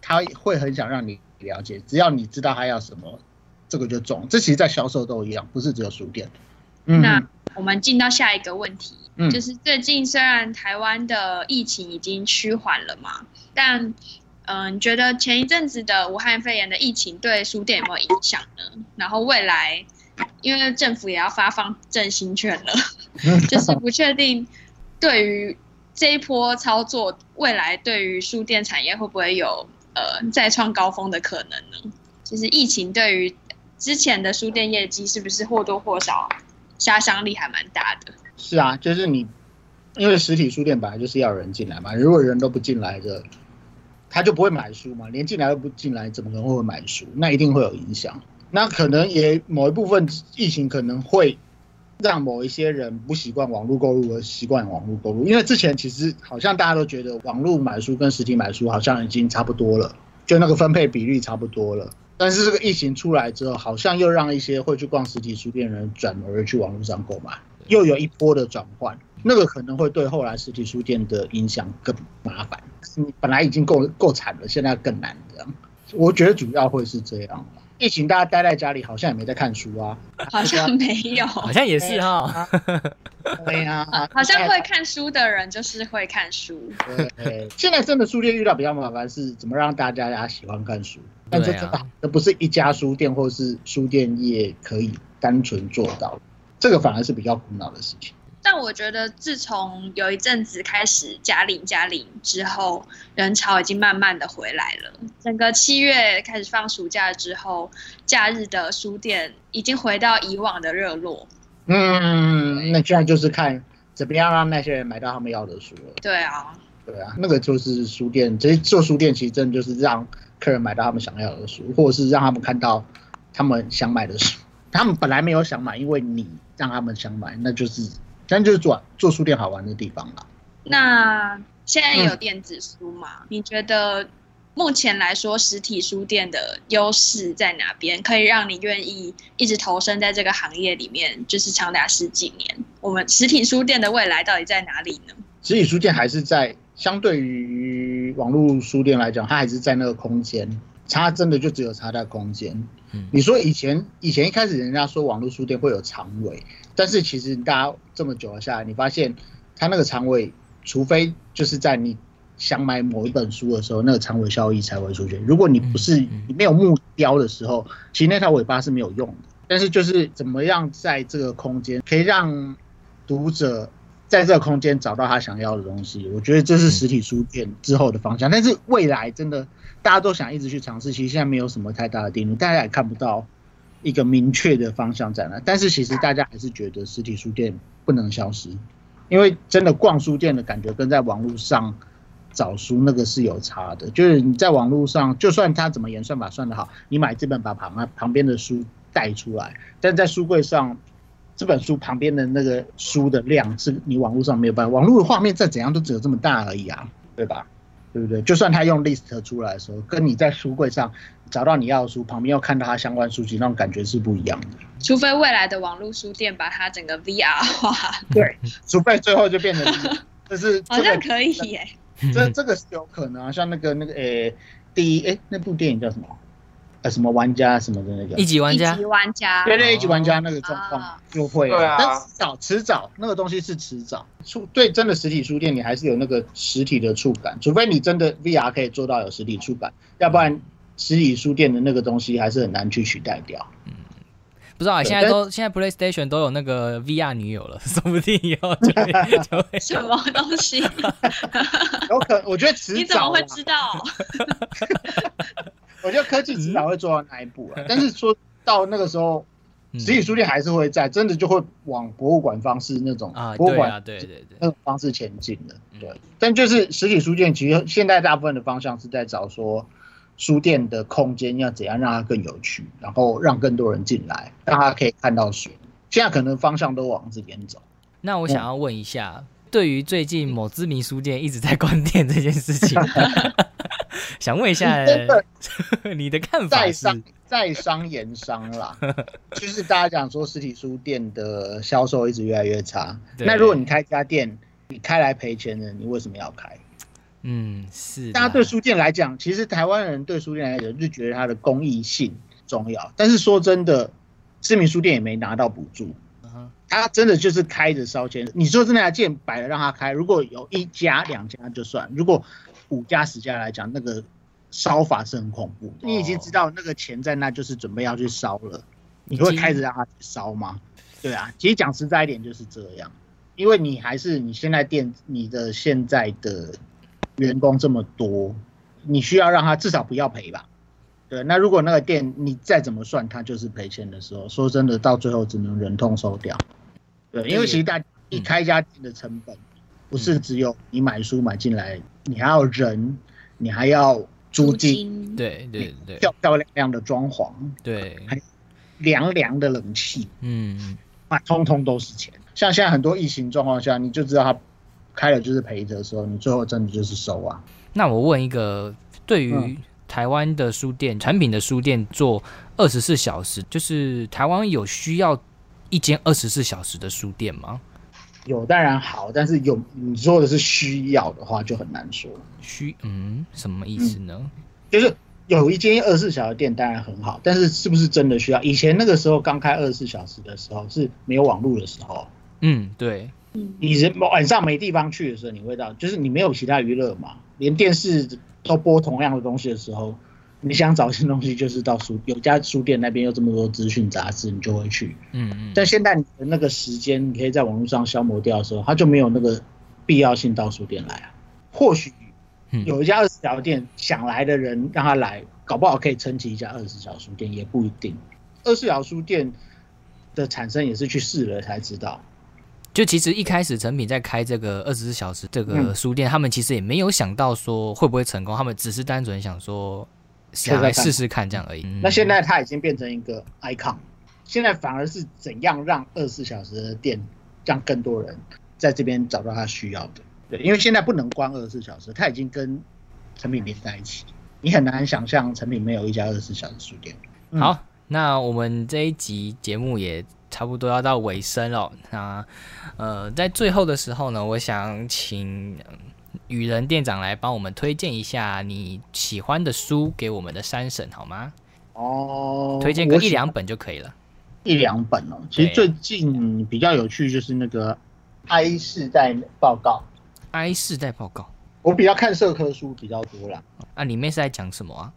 他会很想让你了解。只要你知道他要什么，这个就中。这其实在销售都一样，不是只有书店。嗯
那我们进到下一个问题，
嗯
就是最近虽然台湾的疫情已经趋缓了嘛，但嗯、你觉得前一阵子的武汉肺炎的疫情对书店有没有影响呢？然后未来，因为政府也要发放振兴券
(laughs)
了，就是不确定对于这一波操作，未来对于书店产业会不会有呃再创高峰的可能呢？就是疫情对于之前的书店业绩是不是或多或少杀伤力还蛮大
(laughs)
的？
是啊，就是你，因为实体书店本来就是要有人进来嘛，如果人都不进来的，他就不会买书嘛，连进来都不进来，怎么可能会买书？那一定会有影响。那可能也某一部分疫情可能会让某一些人不习惯网络购物而习惯网络购物，因为之前其实好像大家都觉得网络买书跟实体买书好像已经差不多了，就那个分配比率差不多了。但是这个疫情出来之后，好像又让一些会去逛实体书店的人转而去网络上购买。又有一波的转换，那个可能会对后来实体书店的影响更麻烦。你本来已经够够惨了，现在更难这样。我觉得主要会是这样。啊疫情大家待在家里，好像也没在看书啊。
好像没有，
好像也是哈，
对呀、啊，
(laughs) 好像会看书的人就是会看书，
对，现在真的书店遇到比较麻烦是怎么让大家喜欢看书，但这
对啊
真的、这不是一家书店或是书店业可以单纯做到的，这个反而是比较苦恼的事情。
但我觉得自从有一阵子开始加零加零之后，人潮已经慢慢的回来了。整个七月开始放暑假之后，假日的书店已经回到以往的热络。
嗯，那这样就是看怎么样让那些人买到他们要的书了。
对啊，
对啊，那个就是书店，其实做书店其实真的就是让客人买到他们想要的书，或者是让他们看到他们想买的书。他们本来没有想买，因为你让他们想买，那就是，那就是做做书店好玩的地方啦。
那现在
嗯
也有电子书嘛？你觉得目前来说，实体书店的优势在哪边？可以让你愿意一直投身在这个行业里面，就是长达十几年。我们实体书店的未来到底在哪里
嗯
呢？
实体书店还是在相对于网络书店来讲，它还是在那个空间，差真的就只有差在空间。
嗯
你说以前以前一开始人家说网络书店会有长尾，但是其实大家这么久下来，你发现它那个长尾，除非就是在你想买某一本书的时候，那个长尾效益才会出现。如果你不是
嗯嗯
你没有目标的时候，其实那条尾巴是没有用的。但是就是怎么样在这个空间可以让读者在这个空间找到他想要的东西，我觉得这是实体书店之后的方向。但是未来真的大家都想一直去尝试，其实现在没有什么太大的定律，大家也看不到一个明确的方向在哪。但是其实大家还是觉得实体书店不能消失，因为真的逛书店的感觉跟在网络上找书那个是有差的。就是你在网络上，就算他怎么演算法算得好，你买这本把旁啊旁边的书带出来，但在书柜上。这本书旁边的那个书的量是你网络上没有办法，网络的画面再怎样都只有这么大而已啊，对吧？对不对？就算他用 list 出来的时候，跟你在书柜上找到你要的书，旁边又看到他相关书籍，那种感觉是不一样的。
除非未来的网络书店把它整个 VR 化，
对，除非最后就变
(laughs)
成，这是
好
这
像
个
可以耶。
这这个是有可能啊，像那个那个诶，第一诶那部电影叫什么？呃，什么玩家什么的那个
(laughs) 一级玩家
一级玩家，
对对，一级玩家那个状况
啊
就会、
对啊
但迟早迟早那个东西是迟早，出对真的实体书店你还是有那个实体的触感，除非你真的 VR 可以做到有实体触感，要不然实体书店的那个东西还是很难去取代掉。
不知道、欸、
对
现在都现在 PlayStation 都有那个 VR 女友了，说不定以后就会就
(laughs)
会
什么东
(laughs)
西？
有可我觉得迟
(laughs) 你怎么
早啦
会，知道？
我觉得科技迟早会做到那一步啊。但是说到那个时候，
嗯
实体书店还是会在，真的就会往博物馆方式那种
啊，
博物
对
馆
啊，对对对，
那种方式前进的。对
嗯，
但就是实体书店，其实现在大部分的方向是在找说，书店的空间要怎样让它更有趣，然后让更多人进来，让他可以看到书。现在可能方向都往这边走。
那我想要问一下，对于最近某知名书店一直在关店这件事
(laughs)
情，想问一下
真的
(laughs) 你的看法
在
是？
商在商言商
(laughs)
啦，就是大家讲说实体书店的销售一直越来越差。
对
那如果你开一家店，你开来赔钱的，你为什么要开？
嗯，是啦
大家对书店来讲，其实台湾人对书店来讲就觉得它的公益性重要，但是说真的，知名书店也没拿到补助
哼。
他真的就是开着烧钱，你说真的要建摆了让他开，如果有一家两家就算，如果五家十家来讲，那个烧法是很恐怖的。哦你已经知道那个钱在那，就是准备要去烧了，你会开着让他去烧吗？对啊，其实讲实在一点就是这样，因为你还是你现在店你的现在的员工这么多，你需要让他至少不要赔吧？对，那如果那个店你再怎么算，它就是赔钱的时候，说真的，到最后只能忍痛收掉。对，嗯因为其实大家一开一家店的成本，不是只有你买书买进来，你还要人，你还要租金，
金
(laughs) 对对对
漂漂亮亮的装潢，
对，
凉凉的冷气，
嗯，
那通通都是钱。像现在很多疫情状况下，你就知道他开了就是赔的时候，你最后真的就是收啊。
那我问一个，对于
嗯
台湾的书店产品的书店做二十四小时，就是台湾有需要一间二十四小时的书店吗？
有当然好，但是有你说的是需要的话，就很难说。
需嗯，什么意思呢？
就是有一间二十四小时店当然很好，但是是不是真的需要？以前那个时候刚开二十四小时的时候是没有网络的时候，
嗯，对，
你人晚上没地方去的时候，你会到就是你没有其他娱乐嘛，连电视都播同样的东西的时候，你想找新东西，就是到书有家书店那边有这么多资讯杂志，你就会去。
嗯嗯，
但现在你的那个时间，你可以在网络上消磨掉的时候，它就没有那个必要性到书店来啊。或许
嗯
有一家二十条店想来的人让他来，搞不好可以撑起一家二十小书店，也不一定。二十小书店的产生也是去试了才知道。
就其实一开始成品在开这个二十四小时这个
嗯
书店，他们其实也没有想到说会不会成功，他们只是单纯想说想
试
来
试看
试试看这样而已。嗯
那现在它已经变成一个 icon，现在反而是怎样让二十四小时的店让更多人在这边找到他需要的？对，因为现在不能关二十四小时，它已经跟成品连在一起，你很难想象成品没有一家二十四小时书店。嗯
好，那我们这一集节目也差不多要到尾声了。那呃，在最后的时候呢，我想请嗯雨人店长来帮我们推荐一下你喜欢的书给我们的三婶好吗？
哦，
推荐个
我
一
喜
两本就可以了。
一两本哦。其实
对
最近比较有趣就是那个 I 世代报告，
I 世代报告
我比较看社科书比较多啦。
啊，里面是在讲什么啊？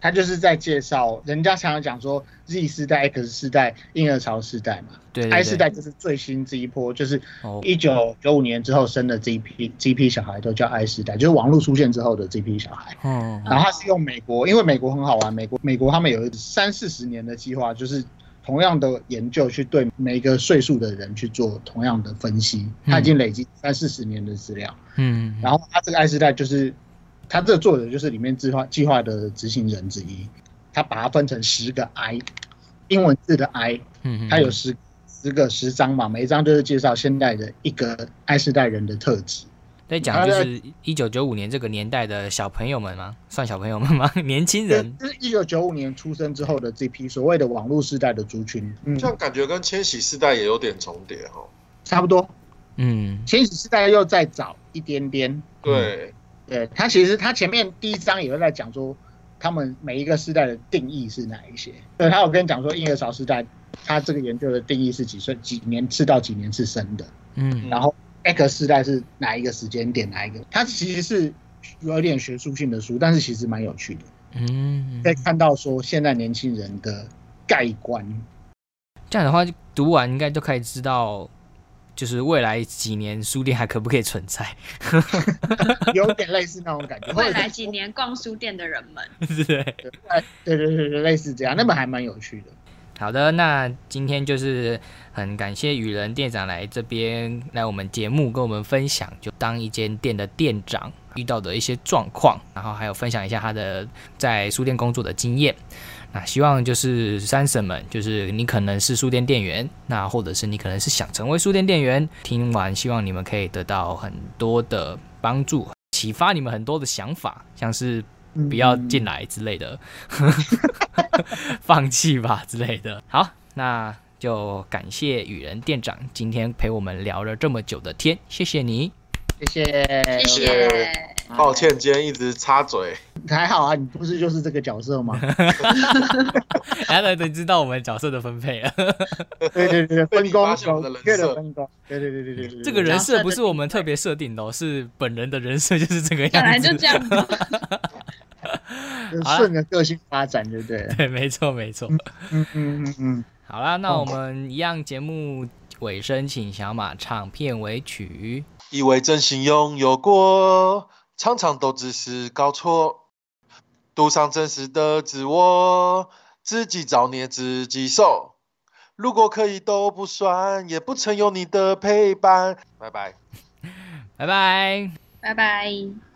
他就是在介绍，人家常常讲说 Z 世代、X 世代、婴儿潮世代嘛
对对对
，I 世代就是最新这一波，就是
哦
一九九五年之后生的这一批这一批小孩都叫 I 世代，就是网络出现之后的这批小孩。
哦，
然后他是用美国，因为美国很好玩，美国美国他们有三四十年的计划，就是同样的研究去对每一个岁数的人去做同样的分析，
嗯
他已经累积三四十年的资料。
嗯，嗯
然后他这个爱世代就是，他这个作者就是里面计划计划的执行人之一，他把它分成十个 I，英文字的 I，
嗯嗯
它有十十个十章嘛，每一章就是介绍现代的一个爱世代人的特质。
在讲就是一九九五年这个年代的小朋友们吗？算小朋友们吗？ (laughs) 年轻人
就是一九九五年出生之后的这批所谓的网络世代的族群，嗯，
这样感觉跟千禧世代也有点重叠哈。
差不多。
嗯
千禧世代又再早一点点，
对，
对他其实他前面第一章也会在讲说，他们每一个时代的定义是哪一些。对他有跟你讲说，婴儿潮时代，他这个研究的定义是几岁、几年次到几年次生的，
嗯
然后 X 时代是哪一个时间点哪一个。它其实是有点学术性的书，但是其实蛮有趣的，
嗯，
可以看到说现在年轻人的盖棺。
这样的话，读完应该就可以知道，就是未来几年书店还可不可以存在？ (laughs)
有点类似那
(laughs)
种感觉，或
未
者
来
是
几年逛书店的人们，
对不对？
对对对对，类似这样，那么还蛮有趣的。
好的，那今天就是很感谢雨人店长来这边来我们节目跟我们分享，就当一间店的店长遇到的一些状况，然后还有分享一下他的在书店工作的经验。那啊希望就是三婶们，就是你可能是书店店员，那或者是你可能是想成为书店店员，听完希望你们可以得到很多的帮助，启发你们很多的想法，像是
嗯
不要进来之类的，放弃吧之类的。好，那就感谢雨人店长今天陪我们聊了这么久的天，谢谢 (laughs) 你。
谢谢，
哎
谢谢
(laughs)
谢。抱歉，今天一直插嘴。
还好啊，你不是就是这个角
(laughs)
色吗？
大家哎都知道我们角色的分配了，
对对对，对分工
发现我的人设
明确的分工，对对对对对对对，
这个人设不是我们特别设定的、哦，是本人的人设就是这个样子。
本来就这样子。
就是
好啦
顺着个性发展，对不对了？
对，没错没错。
嗯嗯嗯嗯，
好啦，那我们一样节目尾声，请小马唱片尾曲。
以为真心拥有过，常常都只是搞错，赌上真实的自我，自己造孽自己受。如果可以都不算，也不曾有你的陪伴。拜拜。
拜拜。
拜拜。